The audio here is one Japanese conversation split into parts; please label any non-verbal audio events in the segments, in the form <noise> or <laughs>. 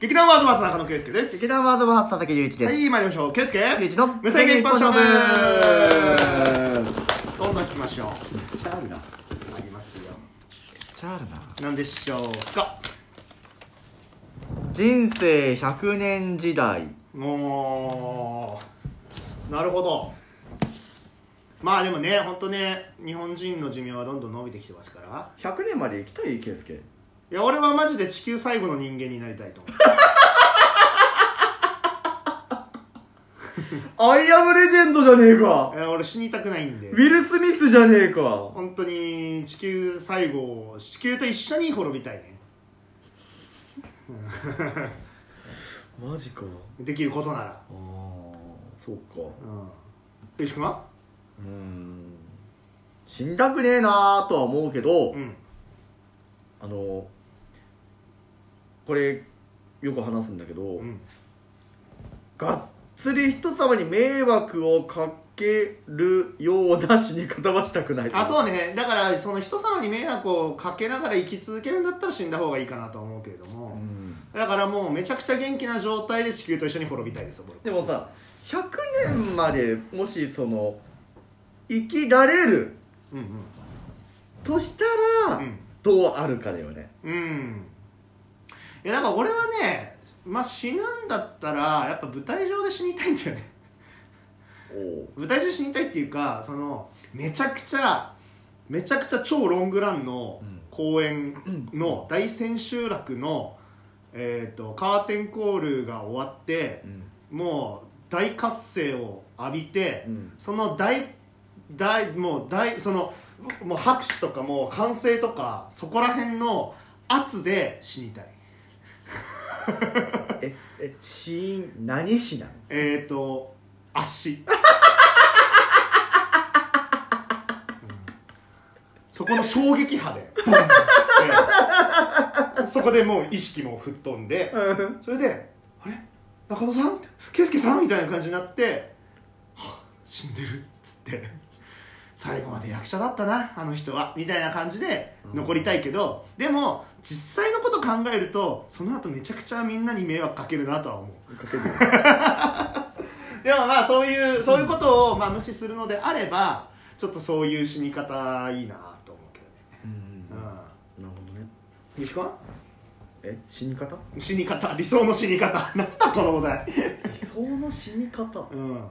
劇団ワードバース中野圭介です劇団ワードバース佐々木隆一ではす、い参りましょう圭介隆一の無制限一本勝負チどんどん聞きましょうャールな参りますよチャールな何でしょうか人生100年時代おーなるほどまあでもね本当ね日本人の寿命はどんどん伸びてきてますから100年まで生きたい圭介いや俺はマジで地球最後の人間になりたいと思うアイアムレジェンドじゃねえかいや俺死にたくないんでウィル・スミスじゃねえか本当に地球最後地球と一緒に滅びたいねマジかできることならああそうかうんよし君はうーん死にたくねえなーとは思うけど、うんあのこれよく話すんだけど、うんがっつり人様に迷惑をかけるような死に方はしたくないあうそうねだからその人様に迷惑をかけながら生き続けるんだったら死んだ方がいいかなと思うけれども、んだからもうめちゃくちゃ元気な状態で地球と一緒に滅びたいですよ僕でもさ100年までもしその生きられるうんうんとしたら、うんどうあるかだよねうんいやだから俺はねまあ死ぬんだったらやっぱ舞台上で死にたいんだよね <laughs> おお舞台上で死にたいっていうかそのめちゃくちゃめちゃくちゃ超ロングランのうん公演の大千秋楽の、えー、とカーテンコールが終わってうんもう大喝声を浴びて、うんその大大もう大そのもう拍手とかもう歓声とかそこら辺の圧で死にたいええ死因何死なのえっ、ー、と <laughs> 足うんそこの衝撃波でボンってそこでもう意識も吹っ飛んでうんそれで「あれ中野さん圭介さん?」みたいな感じになって「はあ死んでる」っつって「最後まで役者だったなあの人は」みたいな感じで残りたいけど、でも実際のこと考えるとその後めちゃくちゃみんなに迷惑かけるなとは思うかけるでもまあそういうそういうことをまあ無視するのであればちょっとそういう死に方いいなと思うけどねうんなるうほどねん西君はえ死に方死に方理想の死に方なんだこのお題理想の死に方うん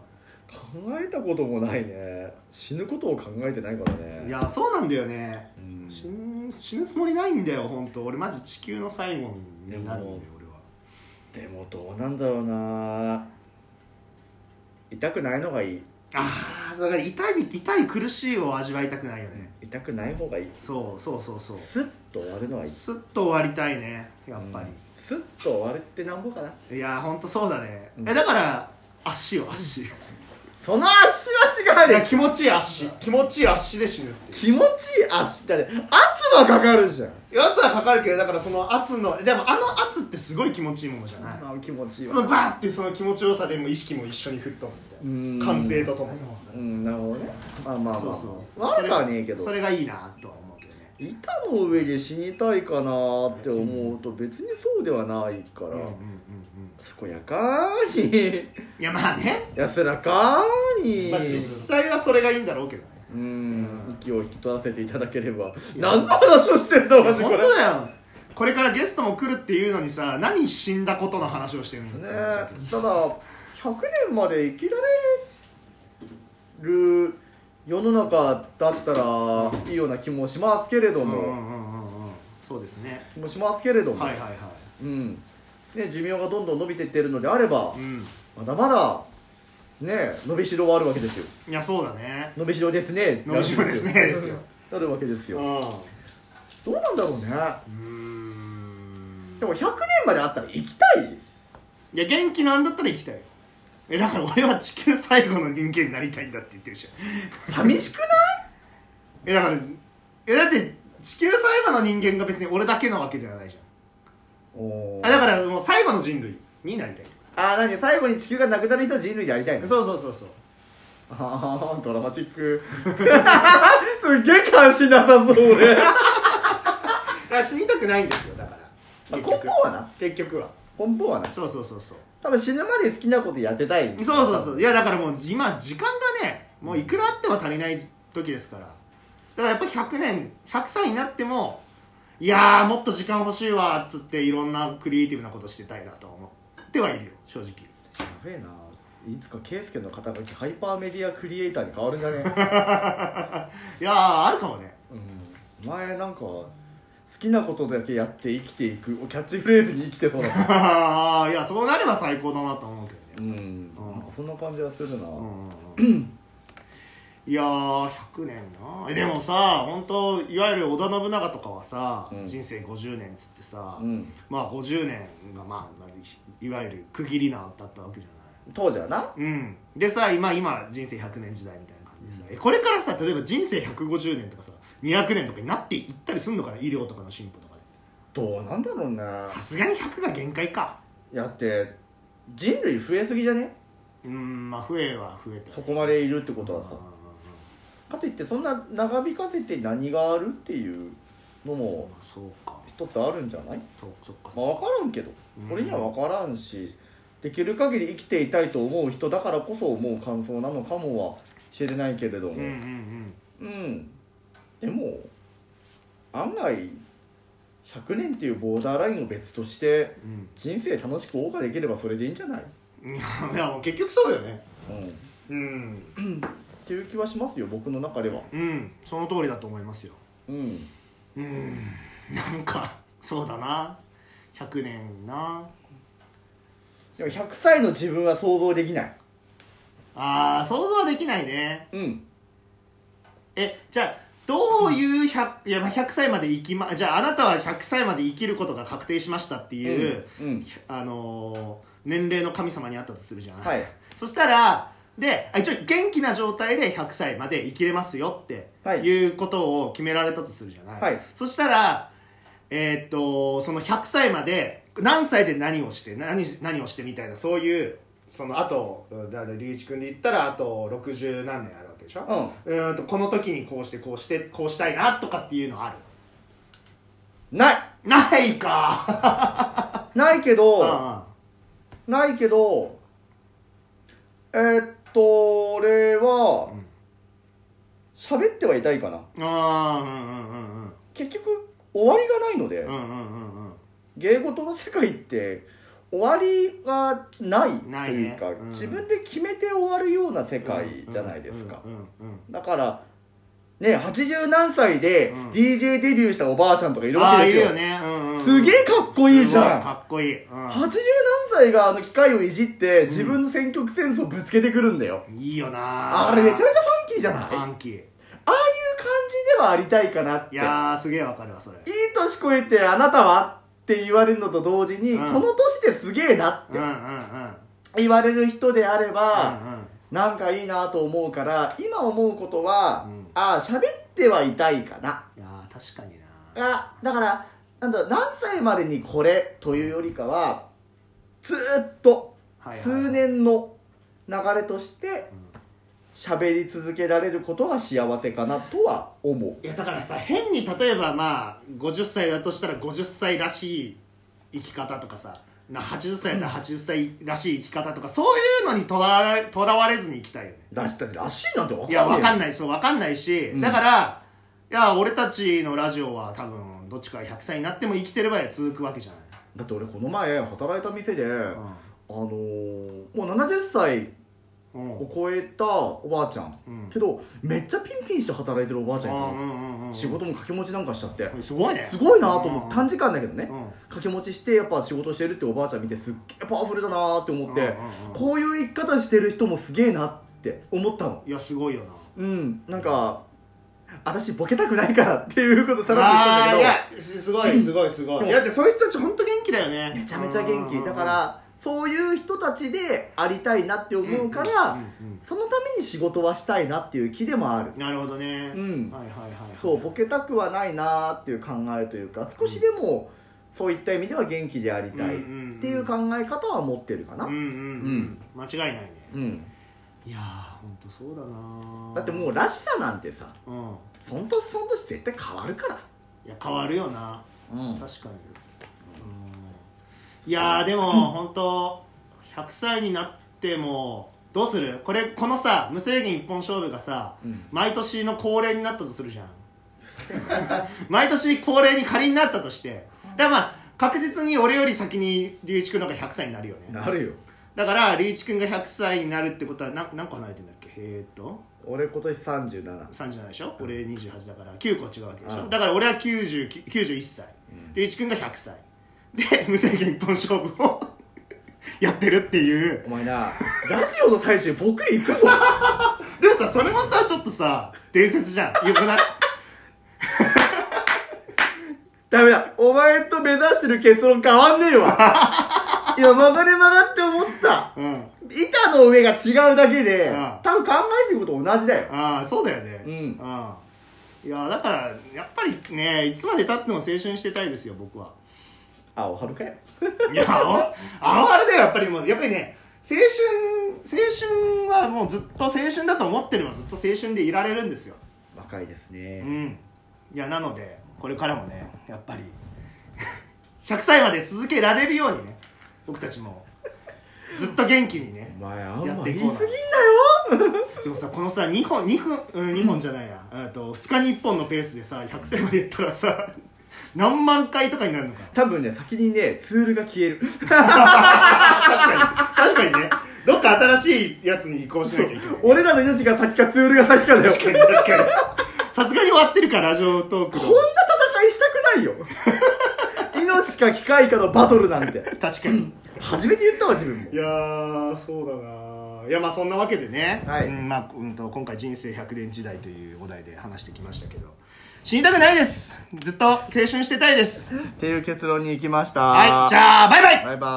考えたこともないね死ぬことを考えてないからねいやそうなんだよねうん死ぬ死ぬつもりないんだよ本当俺マジ地球の最後になるんだよでも俺はでもどうなんだろうな痛くないのがいいああだから痛い痛い苦しいを味わいたくないよね痛くない方がいいそうそうそうそうスッと終わるのはいいスッと終わりたいねやっぱり、うんスッと終わるってなんぼかないや本当そうだね、うんえだから足よ足その足は違ういやでし気ょ持ちいい足気持ちいい足で死ぬっていう気持ちいい足だね圧はかかるじゃん圧はかかるけどだからその圧のでもあの圧ってすごい気持ちいいものじゃないあ気持ちいいそわのバーってその気持ちよさでもう意識も一緒に吹っ飛ぶうんみたいな歓声とともにうんなるほどねまあまあまあそうそう悪くはねえけどそれがいいなとは思うけどね板の上で死にたいかなーって思うと別にそうではないから、うんうんうん健やかにうんいやまあね、安らかに、まあ、実際はそれがいいんだろうけどねうん息を引き取らせていただければいや何の話をしてんだいや <laughs> マジこ本れ当だよこれからゲストも来るっていうのにさ何死んだことの話をしてるんねだえただ100年まで生きられる世の中だったらいいような気もしますけれどうんうんも、うんうんうんそうですね気もしますけれども、はいはいはうんね、寿命がどんどん伸びていってるのであればいうんまだまだね伸びしろはあるわけですよいやそうだね伸びしろですね伸びしろですね <laughs> ですよなるわけですうよんどうなんだろうねうーんでも100年まであったら行きたいいや元気なんだったら行きたいよえだから俺は地球最後の人間になりたいんだって言ってるじゃん寂しく <laughs> ないえだからえだって地球最後の人間が別に俺だけなわけではないじおゃんあだからもう最後の人類になりたいってこあ何最後に地球がなくなる人人類でありたいとの <laughs> そうそうそうそうああドラマチック <laughs> すっげえ関心なさそう俺だから死にたくないんですよだから根本はな結局は根本はないそうそうそうそう多分死ぬまで好きなことやってたいそうそうそういやだからもう今時間がねもういくらあっても足りない時ですからだからやっぱり100年100歳になってもいやーもっと時間欲しいわっつっていろんなクリエイティブなことしてたいなとは思ってはいるよ正直やべえないつか圭介の肩書きハイパーメディアクリエイターに変わるんじゃね <laughs> いやーあるかもねうん前なんか好きなことだけやって生きていくをキャッチフレーズに生きてそうだったあー <laughs> いやそうなれば最高だなと思うけうどねんなんかそんな感じはするな、うんうんうんいやー100年なえでもさ本当いわゆる織田信長とかはさ、うん人生50年っつってさ、うんまあ50年が、まあ、まあいいわゆる区切りなだったわけじゃ当時はなない、うん、でさ今今人生100年時代みたいな感じでさ、えこれからさ例えば人生150年とかさ200年とかになっていったりすんのかな医療とかの進歩とかでどうなんだろうねさすがに100が限界かやって人類増えすぎじゃねうんまあ増えは増えてそこまでいるってことはさうんうんかといってそんな長引かせて何があるっていうのうんもまあそうか一つあるんじゃないそうそっかまあ分からんけどうん俺には分からんしできる限り生きていたいと思う人だからこそ思う感想なのかもは知れないけれどもうんうんうんうんでも案外100年っていうボーダーラインを別としてうん人生楽しく謳歌できればそれでいいんじゃない、いやい <laughs> やもう結局そうよねうん、っうんていう気はしますよ僕の中ではうんその通りだと思いますようんうんなんかそうだな100年なでも100歳の自分は想像できないあー想像はできないねうんえじゃあどういう 100, いやまあ100歳まで生きまじゃああなたは100歳まで生きることが確定しましたっていう、うんうんあのー年齢の神様にあったとするじゃない、はいそしたらであ一応元気な状態で100歳まで生きれますよってはいいうことを決められたとするじゃない、はいそしたらえーっとその100歳まで何歳で何をして何何をしてみたいなそういうそのあとだだ龍一君で言ったらあと60何年あるわけでしょ、うーんとこの時にこうしてこうしてこうしたいなとかっていうのあるうんないないかないけうど、んうんないけどえーっと俺はうん喋ってはいたいかなあーうんうんうんうん結局終わりがないので、うんうんうんうん芸事の世界って終わりがないなといねいうか、うん自分で決めて終わるような世界じゃないですか、うんうんうんだからね80何歳でうん DJ デビューしたおばあちゃんとかいるあわあけいるですよ,、よね、うんうんうん、すげえかっこいいじゃんすごかっこいい、うん80何歳があの機械をいじって自分の選曲センスをぶつけてくるんだよ、いいよなあれめちゃめちゃゃファンキーじゃないああいうフ感ァンキーじではありたいかなっていやーすげえわかるわそれいい年超えてあなたはって言われるのと同時に、うんその年ですげえなっうんうんうんうんて言われる人であれば、うんなんかいいなと思うから今思うことは、うんああ喋ってはいたいかないやー確かになあだからなんだろう何歳までにこれというよりかはずーっとはいはい数年の流れとしてうん喋り続けられることが幸せかなとは思ういやだからさ変に例えばまあ50歳だとしたら50歳らしい生き方とかさな80歳だったら80歳らしい生き方とかそういうのにとらわれとらわれずに生きたいよねらしだってらしいなんて分かんいやわかんないないそうわかんないし、うんだからいや俺たちのラジオは多分どっちか100歳になっても生きてれば続くわけじゃない、だって俺この前働いた店で、あうんのーもう70歳うんを超えたおばあちゃん、うんけどめっちゃピンピンして働いてるおばあちゃんいたの、うんうんうんうん仕事も掛け持ちなんかしちゃってすごいねすごいなと思って短じ時間だけどね掛け持ちしてやっぱ仕事してるっておばあちゃん見てすっげえパワフルだなって思ってこういう生き方してる人もすげえなって思ったのいやすごいよなうんなんか私ボケたくないからっていうことさらっあとー言ったんいだやすすごいすごいすごうんいいやだってそういう人たち本当元気だよねけどめちゃめちゃ元うんうん気うんだからそういう人たちでありたいなって思うからうんうんそのために仕事はしたいなっていう気でもあるうんなるほどねうんはいはいはいそうボケたくはないなーっていう考えというか少しでもそういった意味では元気でありたいっていう考え方は持ってるかなうんうんうん間違いないねうんいやー本当そうだなだってもうらしさなんてさうんその年その年絶対変わるからいや変わるよなうん確かにうんいやーでも本当100歳になってもどうするこれこのさ無制限一本勝負がさうん毎年の恒例になったとするじゃん <laughs> 毎年恒例に仮になったとしてだからまあ確実に俺より先に龍一君の方が100歳になるよねなるよだから龍一君が100歳になるってことは何何個離れてんだっけえー、っと俺今年37 37でしょ俺28だから9個違うわけでしょうんだから俺は90 91歳龍一君が100歳で無制限一本勝負を <laughs> やってるっていうお前なラジオの最中ぽっくりいくぞ <laughs> でもさそれもさちょっとさ伝説じゃんよくないダメだお前と目指してる結論変わんねえわ <laughs> いや曲がれ曲がって思ったうんあ板の上が違うだけでうん多分考えてること同じだよあそうだよねうんああいやだからやっぱりねいつまでたっても青春してたいですよ僕はあおはるかよいやあああれだよやっぱりもうやっぱりね青春青春はもうずっと青春だと思ってればずっと青春でいられるんですよ若いですうねんいやなのでこれからもねやっぱり <laughs> 100歳まで続けられるようにね僕たちもずっと元気にねお前あんやっまてい言いこすうぎなんだよでもさこのさ2本2分、うん、2本じゃないや、えっと2日に1本のペースでさ100歳までいったらさ何万回とかになるのか多分ね先にねツールが消える確かにねどっか新しいやつに移行しなきゃいけない俺らの命が先かツールが先かだよこんな確かに確かにさすがに終わってるからラジオトークの戦いしたくないよ命か機械かのバトルなんて確かに初めて言ったわ自分もいやーそうだないやまあそんなわけでね、はいうんまあうん、と今回「人生100年時代」というお題で話してきましたけど死にたくないですずっと青春してたいですっていう結論に行きましたはいじゃあバイバイバイバイ